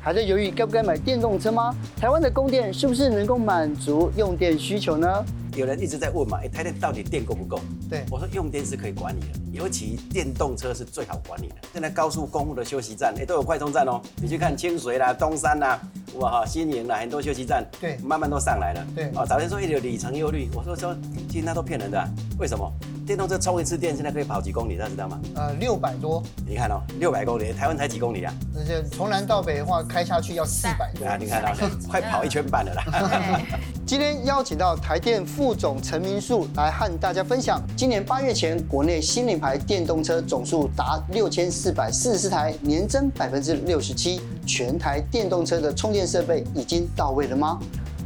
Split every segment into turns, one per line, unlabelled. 还在犹豫该不该买电动车吗？台湾的供电是不是能够满足用电需求呢？
有人一直在问嘛，哎、台电到底电够不够？
对
我说用电是可以管理的，尤其电动车是最好管理的。现在高速公路的休息站，哎、都有快充站哦。你去看清水啦、东山啦，哇哈、新营啦，很多休息站，
对
慢慢都上来了。
对
哦，早先说一有里程忧虑，我说说，其实那都骗人的啊、为什么？电动车充一次电，现在可以跑几公里，大家知道吗？
呃，六百多，
你看哦，六百公里，台湾才几公里啊？
而且从南到北的话，开下去要四百多
啊，你看啊， 快跑一圈半了啦。
对，
今天邀请到台电副总陈明树来和大家分享，今年八月前国内新领牌电动车总数达六千四百四十四台，年增百分之六十七。全台电动车的充电设备已经到位了吗？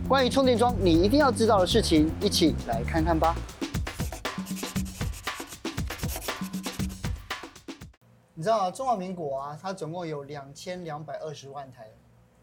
关于充电桩，你一定要知道的事情，一起来看看吧。你知道、啊、中华民国啊，它总共有两千两百二十万台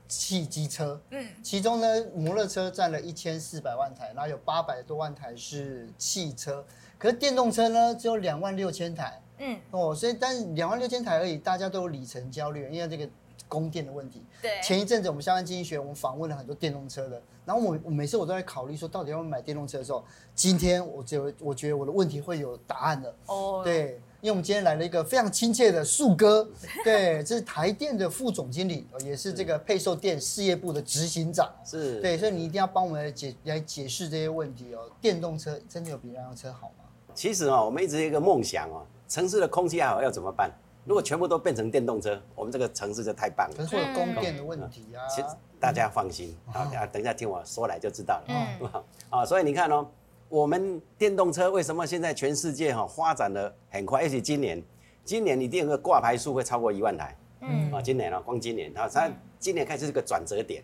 汽机车，嗯，其中呢，摩托车占了一千四百万台，然后有八百多万台是汽车，可是电动车呢，只有两万六千台
嗯，
哦，所以但是两万六千台而已，大家都有里程焦虑，因为这个供电的问题。
对，
前一阵子我们相关经济学，我们访问了很多电动车的，然后我我每次我都在考虑说，到底要不要买电动车的时候，今天我就我觉得我的问题会有答案了。
哦，
对，因为我们今天来了一个非常亲切的树哥，对，这是台电的副总经理，呃也是这个配售电事业部的执行长。
是，
对，所以你一定要帮我们来解来解释这些问题哦。电动车真的有比燃油车好吗？
其实啊、我们一直有一个梦想哦，城市的空气还好要怎么办？如果全部都变成电动车，我们这个城市就太棒
可
了。
是会有供电的问题啊。
其实大家放心，好、啊，等一下听我说来就知道了。
嗯
嗯，啊，所以你看哦，我们电动车为什么现在全世界哈、发展的很快？而且今年，今年一定有个挂牌数会超过一万台。
嗯，
啊，今年啊，光今年啊，它今年开始是个转折点，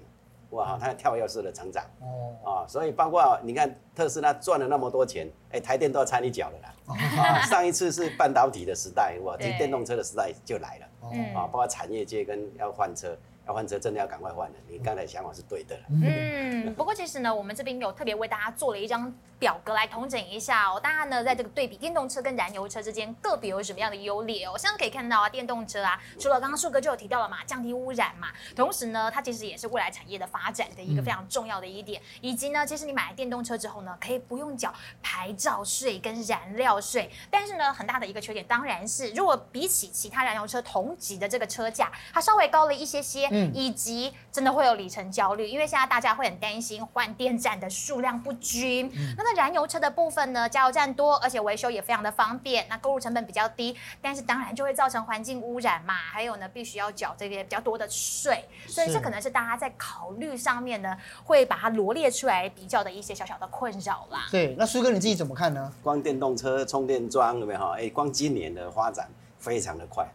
哇，它跳跃式的成长
哦，
啊，所以包括你看特斯拉赚了那么多钱，哎、台电都要掺一脚了啦。啊，上一次是半导体的时代，哇，这
对
电动车的时代就来了
哦
嗯
啊，包括产业界跟要换车，要换车真的要赶快换了。你刚才想法是对的啦。
嗯，不过其实呢，我们这边有特别为大家做了一张表格来统整一下哦。大家呢，在这个对比电动车跟燃油车之间个别有什么样的优劣哦？像可以看到啊，电动车啊，除了刚刚树哥就有提到了嘛，降低污染嘛，同时呢，它其实也是未来产业的发展的
嗯
一个非常重要的一点。以及呢，其实你买了电动车之后呢，可以不用缴牌照税跟燃料税，但是呢，很大的一个缺点当然是，如果比起其他燃油车同级的这个车价，它稍微高了一些些，
嗯
以及真的会有里程焦虑，因为现在大家会很担心换电站的数量不均。
嗯
那在燃油车的部分呢，加油站多，而且维修也非常的方便，那购入成本比较低，但是当然就会造成环境污染嘛，还有呢，必须要缴这些比较多的税，所以
是
这可能是大家在考虑上面呢，会把它罗列出来比较的一些小小的困扰啦。
对，那苏哥你自己怎么看呢？
光电动车充电桩有没有哈？哎、光今年的发展非常的快。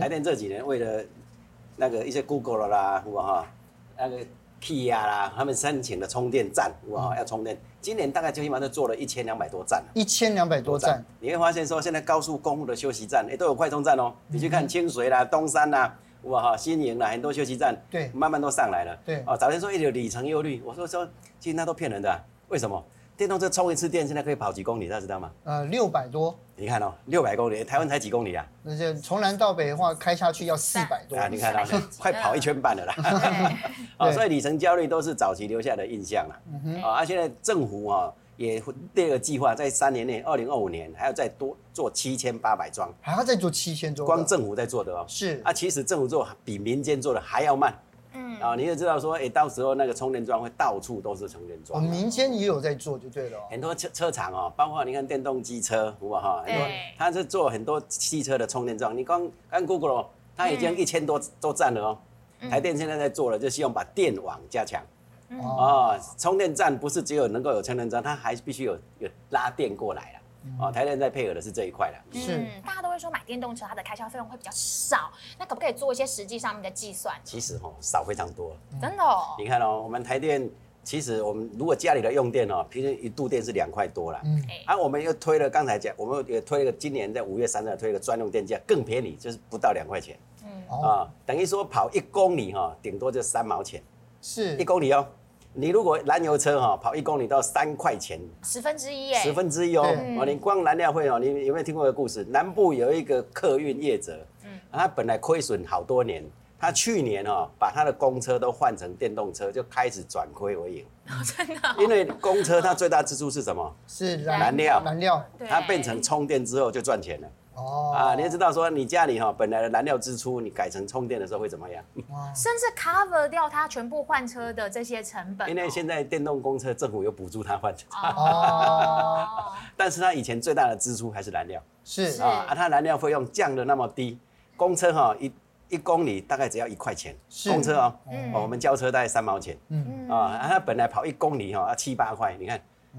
台电这几年为了那个一些 Google 啦，我哈那个 Kia 啦，他们申请的充电站，我哈要充电，今年大概最起码都做了一千两百多站了。
一千两百多站，
你会发现说，现在高速公路的休息站，哎、都有快充站哦。
嗯
你去看清水啦、东山啦，哇哈、新营啦，很多休息站，
对
慢慢都上来了。
对
哦，早先说一有里程忧虑，我说说，其实那都骗人的啊、为什么？电动车充一次电，现在可以跑几公里，大家知道吗？
呃，六百多，
你看哦，六百公里，台湾才几公里啊？
而且从南到北的话，开下去要四百多。
啊，你看啊， 快跑一圈半了啦。
对，
啊，
对嗯
所以里程焦虑都是早期留下的印象啦。啊，啊，现在政府啊也列个计划，在三年内，二零二五年还要再多做七千八百桩，
还要再做七千多个，
光政府在做的哦。
是
啊，其实政府做比民间做的还要慢。
嗯，
啊，你就知道说，哎，到时候那个充电桩会到处都是充电
我
桩。
们哦民间也有在做，就对了哦。
很多车车厂哦，包括你看电动机车，哇哈，很多
对
它是做很多汽车的充电桩。你光看 Google，哦它已
嗯
经一千多多站了哦。台电现在在做了，就希望把电网加强。
哦，
哦，充电站不是只有能够有充电站，它还必须有有拉电过来了。
嗯
哦，台电在配合的是这一块了。
是
嗯，大家都会说买电动车它的开销费用会比较少，那可不可以做一些实际上面的计算？
其实哦，少非常多。
真的哦，
你看哦，我们台电其实我们如果家里的用电哦，平均一度电是两块多啦。嗯，
哎
啊，我们又推了刚才讲，我们也推了一个今年在五月三十号推了一个专用电价，更便宜，就是不到两块钱啊、
哦，
等于说跑一公里哈、哦，顶多就三毛钱
是
一公里哦。你如果燃油车哈、哦，跑一公里都要三块钱
十分之一耶，
十分之一哦
对。
哦，你光燃料费哦，你
嗯
有没有听过一个故事？南部有一个客运业者，他本来亏损好多年，他去年哦，把他的公车都换成电动车，就开始转亏为盈。
真的哦、
因为公车它最大支柱是什么？
是
燃料
燃料
对
它变成充电之后就赚钱了
哦
啊！你要知道说，你家里哈本来的燃料支出，你改成充电的时候会怎么样？
哇
甚至 cover 掉它全部换车的这些成本哦、
因为现在电动公车政府有补助它换，
哦，
但是它以前最大的支出还是燃料
是
是
啊，啊它燃料费用降的那么低，公车哈一一公里大概只要一块钱，
是
公车哦，
嗯
哦我们交车大概三毛钱
嗯
啊，啊它本来跑一公里哈要啊七八块，你看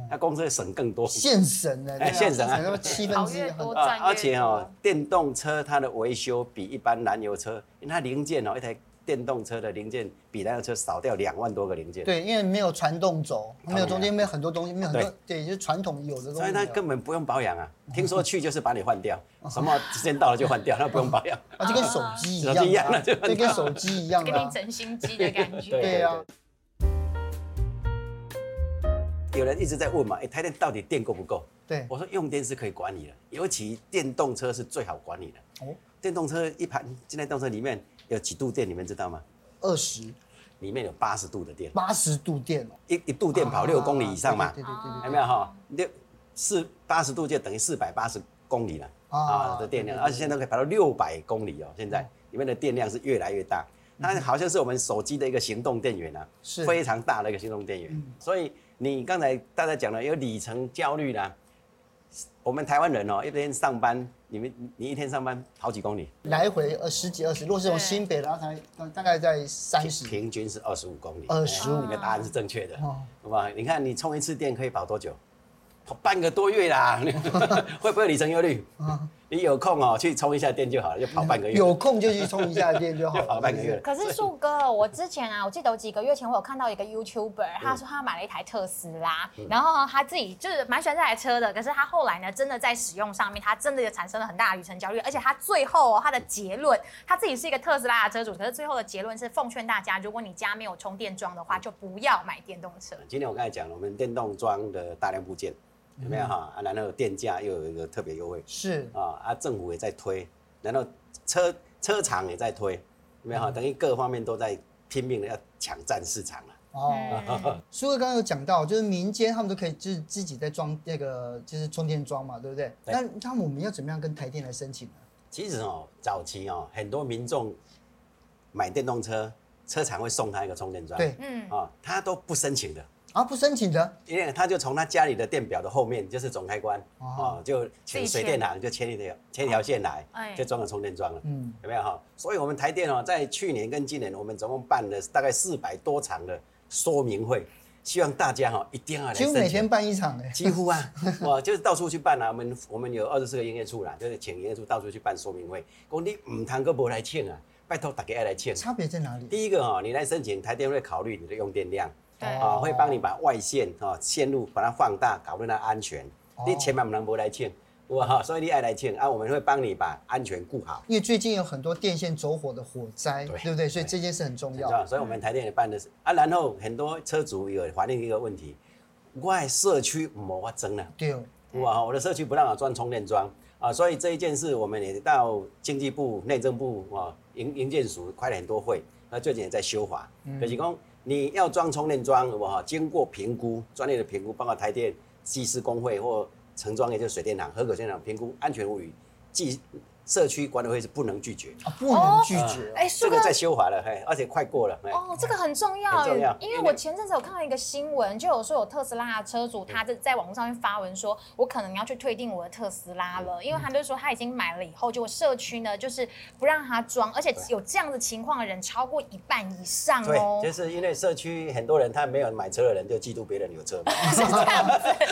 它公车省更多。
现省的，
哎现省啊
那么七分
跑
之一
越
很
多
多，
赚越多，
而且哦，电动车它的维修比一般燃油车，因为它零件哦，一台电动车的零件比燃油车少掉两万多个零件，，
对，因为没有传动轴，没有中间没有很多东西，没有很多
啊对，
对，就是传统有的东西没有。啊
所以它根本不用保养啊。
嗯
听说去就是把你换 掉，什么时间到了就换掉，它不用保养。
啊，就跟手机一
手机一
样
样
啊，
啊
就
就
跟手机一样
给
的
你
啊。
整心机的感觉。
对啊
有人一直在问嘛，哎、台电到底电够不够？
对，
我说用电是可以管理的，尤其电动车是最好管理的。
哦
哦，电动车一盘，现在电动车里面有几度电，你们知道吗？
二十
里面有八十度的电，
八十度电哦，
一一度电跑六公里以上嘛。
啊对对对对
有
哦对
没有哈？六四八十度就等于四百八十公里了
啊
啊的电量，
对对对
而且现在可以达到六百公里哦。现在里面的电量是越来越大，它好像是我们手机的一个行动电源啊，
嗯是嗯
非常大的一个行动电源。所以你刚才大家讲了有里程焦虑啦，我们台湾人哦，一天上班，你们你一天上班好几公里，
对，来回呃十几二十，如果是从
对
新北然后才大大概在三十，
平均是二十五公里，
25
哎你的答案是正确的
哦，
好吧？你看你充一次电可以跑多久？跑半个多月啦， 会不会有里程忧虑？你有空哦，去充一下电就好了，就跑半个月。
啊有空就去充一下电就好
就跑
了。
半个月了。
可是树哥，我之前啊，我记得有几个月前我有看到一个 YouTuber，他
嗯
说他买了一台特斯拉，然后他自己就是蛮喜欢这台车的，可是他后来呢，真的在使用上面，他真的也产生了很大的里程焦虑，而且他最后、哦、他的结论，他自己是一个特斯拉的车主，可是最后的结论是奉劝大家，如果你家没有充电桩的话，
嗯
就不要买电动车。
今天我刚才讲了，我们电动装的大量部件有没有哈？啊，然后电价又有一个特别优惠
是
啊，啊，政府也在推，然后车车厂也在推，有没有哈？等于各方面都在拼命的要抢占市场了。
哦。
嗯
苏哥刚刚有讲到，就是民间他们都可以自自己在装那个就是充电桩嘛，对不对？
对
那他们我们要怎么样跟台电来申请呢？
其实哦，早期哦，很多民众买电动车，车厂会送他一个充电桩。
对，
嗯
啊、他都不申请的，
啊，不申请的
因为他就从他家里的电表的后面，就是总开关，
哦
哦，就
自己
请水电行就牵一条牵一条线来，
哎
就装了充电桩了。
哦嗯
有没有哈？所以我们台电哦，在去年跟今年，我们总共办了大概四百多场的说明会，希望大家哈、哦、一定要来
几乎
申
每
请
天办一场 哎、
几乎啊，我就是到处去办啊。我们我们有二十四个营业处啦，就是请营业处到处去办说明会。讲你唔通个无来请啊，拜托大家要来请。
差别在哪里？
第一个哦，你来申请，台电会考虑你的用电量，
对
啊、会帮你把外线啊、线路把它放大，搞论它安全。
哦
你千万不能无来请，哇哈，所以你爱来请啊，我们会帮你把安全顾好。
因为最近有很多电线走火的火灾，
对
对不对？所以这件事很重
你知
要。
道，所以我们台电也办的是啊，然后很多车主有反映一个问题，我的社区没法装了。
对哦，
嗯
哇，我的社区不让我装充电桩啊，所以这一件事我们也到经济部、内政部啊、营营建署开了很多会，那最近也在修法，
嗯
就是讲你要装充电桩，我哈经过评估，专业的评估，包括台电、技师工会或城装，也就是水电行、合格电行评估安全无虞，技社区管理会是不能拒绝，
啊，不能拒绝。
哎，
这
树
个
哥。
在修法了，嘿，而且快过了，嘿。
哦，这个很重要，
很重要
因为
因
我
为嗯
前阵子有看到一个新闻，就有说有特斯拉的车主，他在在网络上面发文说，我可能要去退订我的特斯拉
嗯
了，因为他就说他已经买了以后，结果社区呢就是不让他装，而且有这样的情况的人超过一半以上
对
哦，。
就是因为社区很多人他没有买车的人就嫉妒别人有车嘛，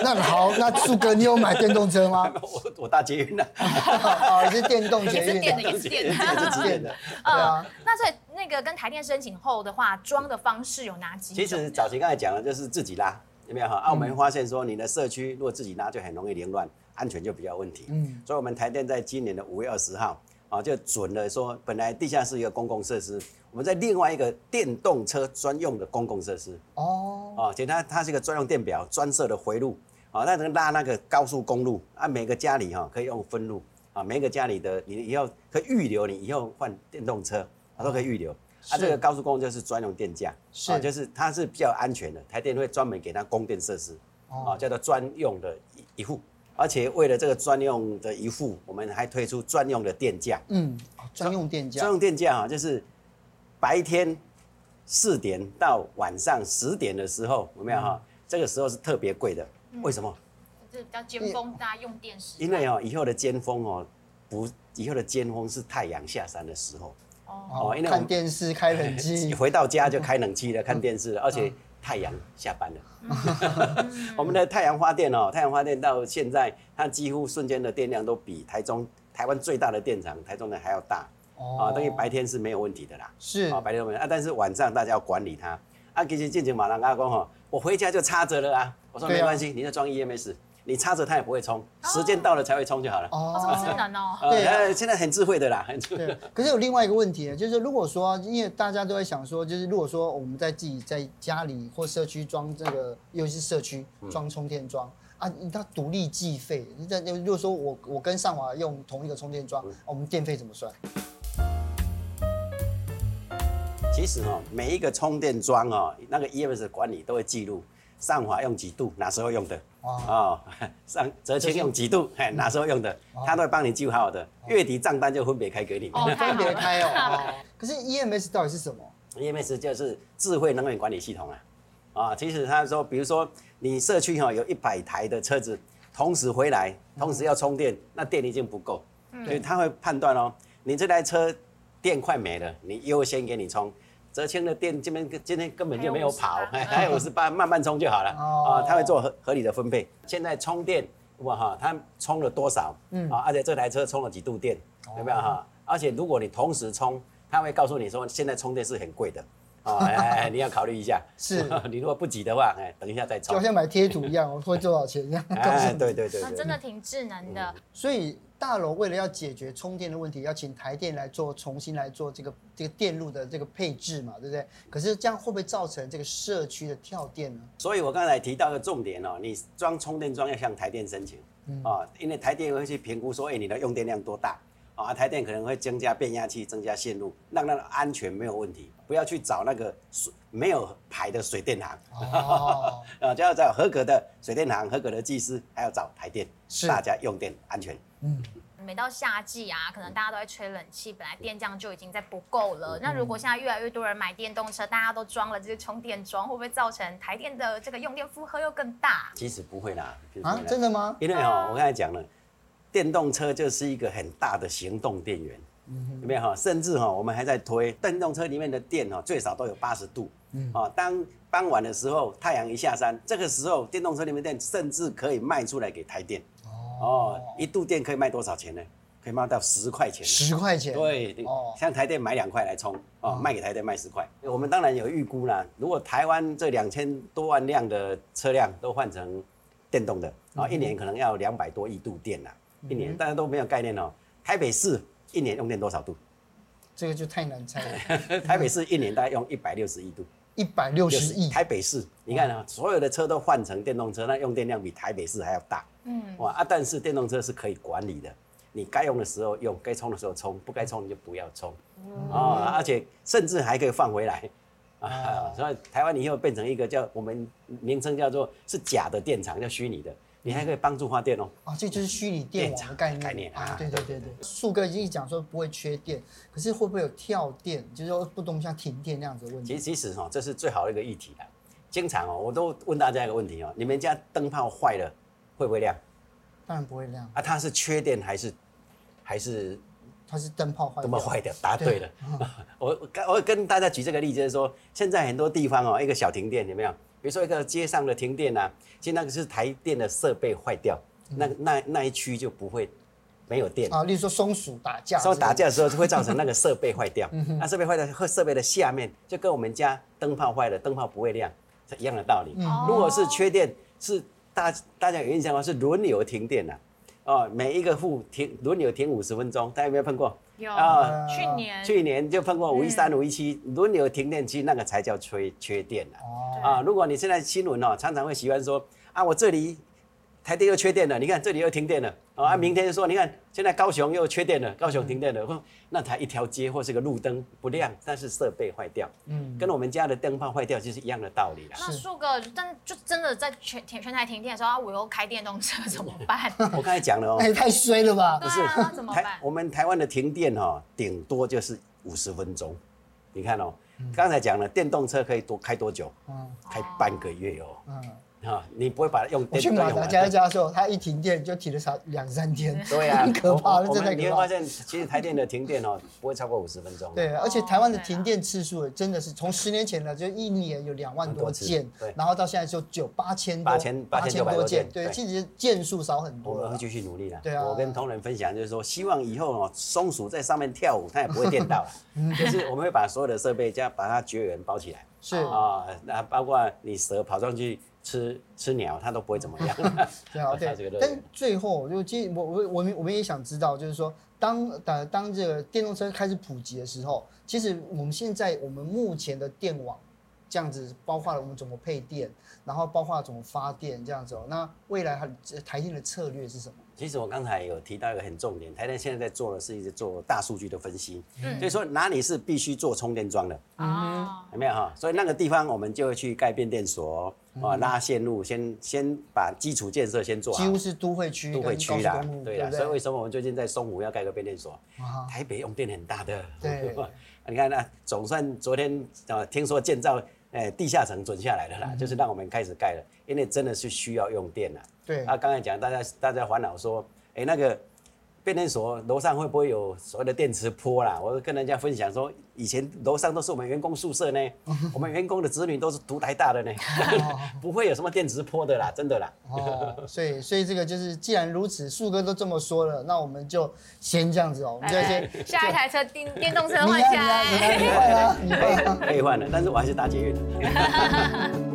那好，那树哥，你有买电动车 吗？
我我搭捷运的，
啊，是电动
也
捷
是
运
电哦的，
的，
也是电
这
的。
个是电的。
对啊，
那所以那个跟台电申请后的话，装的方式有哪几种？
其实早期刚才讲的就是自己拉，有没有哈？啊，我们发现说你的社区如果自己拉就很容易凌乱，安全就比较有问题。
嗯
嗯，所以我们台电在今年的五月二十号啊，就准了说，本来地下室一个公共设施，我们在另外一个电动车专用的公共设施
哦，
啊，简单它是一个专用电表专设的回路啊，那能拉那个高速公路啊，每个家哦里哈、可以用分路啊，每个家里的你以后可以预留你以后换电动车它都可以预留。啊，
嗯是
这个高速公路就是专用电价，
是
啊就是它是比较安全的，台电会专门给它供电设施，
哦
啊，叫做专用的一一户。而且为了这个专用的一户，我们还推出专用的电价。
嗯，哦专用电
专
价，
用电价啊，就是白天四点到晚上十点的时候，有没有哈、这个时候是特别贵的，为什么？
就是比较尖峰，大家用电时
因为哦，以后的尖峰哦，不，以后的尖峰是太阳下山的时候，
哦，
哦
哦因为我
看电视开冷 气，
回到家就开冷气了，看电视了，而且太阳下班了。 我们的太阳发电哦，太阳发电到现在，它几乎瞬间的电量都比台中台湾最大的电厂台中的还要大啊，等于白天是没有问题的啦。
哦是
啊，白天没有问题啊，但是晚上大家要管理它。啊，其实进前马郎阿公哈，我回家就插着了啊。我说
对啊
没关系，你就装 EMS，你插着它也不会充，时间到了才会充就好了。
好
哦
么智能哦，
呃
对啊
呃，现在很智慧的啦，很智慧。
对，可是有另外一个问题，就是如果说，因为大家都在想说，就是如果说我们在自己在家里或社区装这个，尤其是社区装充电桩、啊，它独立计费。你在如果说我我跟上华用同一个充电桩，哦我们电费怎么算？
其实哦，每一个充电桩哦，那个 EMS 的管理都会记录上滑用几度，哪时候用的
哇，
哦， 上折清用几度，哎，哪时候用的，
哦
它都会帮你记录好的。月底账单就分别开给你。
哦，太
分
好
别
了，
开哦哦。可是 EMS 到底是什么？
EMS ，E 就是智慧能源管理系统啊。啊，其实他说，比如说你社区哈、有一百台的车子，同时回来，同时要充电，那电已经不够，所以他会判断哦，你这台车电快没了，你优先给你充。泽清的电这边今天根本就没有跑，哎
还
还
有58
有五十八，慢慢充就好了。
哦
啊，他会做合合理的分配。现在充电，哇哈，它充了多少？嗯啊，而且这台车充了几度电，
哦
有没有哈？而且如果你同时充，他会告诉你说现在充电是很贵的， 啊，哎哎，哎你要考虑一下。
是
你如果不急的话，哎，等一下再
就
充
好。像买贴图一样，我会多少钱一样。告诉
哎，
你
对 对对
那
对
真。的挺智能的。
所以大楼为了要解决充电的问题，要请台电来做重新来做这个这个电路的这个配置嘛，对不对？可是这样会不会造成这个社区的跳电呢？
所以我刚才提到的重点哦，你装充电桩要向台电申请，
嗯
啊，因为台电会去评估说，哎，你的用电量多大啊？台电可能会增加变压器、增加线路，让它的安全没有问题，不要去找那个水没有牌的水电行。
哦，
啊，就要找合格的水电行、合格的技师，还要找台电，
是
大家用电安全。
每到夏季啊，
嗯
可能大家都在吹冷气，本来电量就已经在不够了。那如果现在越来越多人买电动车，大家都装了这些充电桩，会不会造成台电的这个用电负荷又更大？
其实不会啦，其实不
啊
会，啦
真的吗？
因为哈、我刚才讲了，电动车就是一个很大的行动电源，有没有哈、甚至哈、我们还在推电动车里面的电哈、最少都有八十度。嗯，哦，当傍晚的时候，太阳一下山，这个时候电动车里面的电甚至可以卖出来给台电。哦，一度电可以卖多少钱呢？可以卖到十块钱。
十块钱，
对，
哦嗯
像台电买两块来充，哦，卖给台电卖十块。我们当然有预估啦，如果台湾这两千多万辆的车辆都换成电动的，啊、
嗯
一年可能要两百多亿度电啦，一年大家都没有概念哦。台北市一年用电多 少度？
这个就太难猜了，
台北市一年大概用一百六十亿度，
一百六
就是
十亿，嗯
台北市，你看啊，所有的车都换成电动车，那用电量比台北市还要大。
嗯，
哇啊！但是电动车是可以管理的，你该用的时候用，该充的时候充，不该充你就不要充。啊，而且甚至还可以放回来。啊，所以台湾以后变成一个叫我们名称叫做是假的电厂，叫虚拟的，你还可以帮助发电哦。
啊，这就是虚拟电网的概念
电厂概念
啊
啊！
对对对对，树哥已经讲说不会缺电，可是会不会有跳电，就是说不动像停电那样子的问
其
题？
实其实哈、哦这是最好的一个议题啦。经常哦，我都问大家一个问题哦，你们家灯泡坏了会不会亮？
当然不会亮，
啊，它是缺电还是还是
它是灯泡坏
这么
掉，
坏的，答对了。 我我跟我跟大家举这个例子，就是说，现在很多地方哦，一个小停电有没有？比如说一个街上的停电啊，其实那个是台电的设备坏掉，那那那一区就不会没有电。
啊，例如说松鼠打架之类
所
的，
以打架的时候就会造成那个设备坏掉，那设备坏掉和设备的下面就跟我们家灯泡坏了，灯泡不会亮是一样的道理。
嗯
哦
如果是缺电，是大大家有印象吗？是轮流停电呐、哦，每一个户停轮流停五十分钟，大家有没有碰过？
有
啊
哦去年
去年就碰过五一三、五一七轮流停电期，那个才叫缺缺电啊。
哦
啊，如果你现在新闻哦，常常会喜欢说啊，我这里台电又缺电了，你看这里又停电了，哦啊，明天就说你看现在高雄又缺电了，高雄停电了，哦那它一条街或是个路灯不亮，但是设备坏掉，
嗯，
跟我们家的灯泡坏掉就是一样的道理啦。
那树哥，但就真的在全全全台停电的时候，啊我又开电动 车怎么办？
我刚才讲了哦
那，也哎太衰了吧？
对啊，那怎么
台
办？
我们台湾的停电哈、哦，顶多就是五十分钟。你看哦，刚才讲了，电动车可以多开多久？
嗯
开半个月哦。
嗯，
啊，你不会把它用
我
电
去
动
马
用
达
完
加一加的时候，它一停电就停了三两三天，
对呀、啊，
很可怕
我我
那真的
们
很可怕
你会发现，其实台电的停电哦，不会超过五十分钟。
对，
哦
而且台湾的
对啊
停电次数也真的是从十年前呢，就一年有两万多件
很多次对，
然后到现在就只有八千
八千八千九百多
多
件
对，
对
其实件数少很
我
多
们
了
会。继续努力的。
对啊
我跟同仁分享就是说，希望以后哦，松鼠在上面跳舞，它也不会 电到了。啊
嗯
就是我们会把所有的设备加把它绝缘包起来
是
哦
啊，那包括你蛇跑上去吃吃鸟，它都不会怎么样。
对啊，
它这个
对
乐。
但
园
最后就其实我我我们我们也想知道，就是说当呃当这个电动车开始普及的时候，其实我们现在我们目前的电网这样子，包括了我们怎么配电，然后包括了怎么发电这样子哦。那未来它台电的策略是什么？
其实我刚才有提到一个很重点，台电现在在做的是一直做大数据的分析，
嗯
所以说哪里是必须做充电桩的，
哦，
有没有哈？所以那个地方我们就会去盖变电所，
嗯
啊，拉线路，先先把基础建设先做好
几，乎是都会区
都
跟
会
高
区
速
啦
公路，，
对
对
啦。
不
所以为
对？
什么我们最近在松湖要盖个变电所？
啊
台北用电很大的， 啊
对
你看那总算昨天呃听说建造呃地下层准下来
嗯
了啦，就是让我们开始盖了，因为真的是需要用电啦。
对
啊，刚才讲大家大家烦恼说，哎、那个变电所楼上会不会有所谓的电磁波啦？我跟人家分享说，以前楼上都是我们员工宿 舍呢，我们员工的子女都是读台大的呢， 不会有什么电磁波的啦，真的啦。
哦，所以所以这个就是，既然如此，树哥都这么说了，那我们就先这样子哦，我们就先
哎下一台车电电动车
你
换
呀
下来。
你呀你呀你快啦，你快啦。
可以换了，但是我还是打捷运的。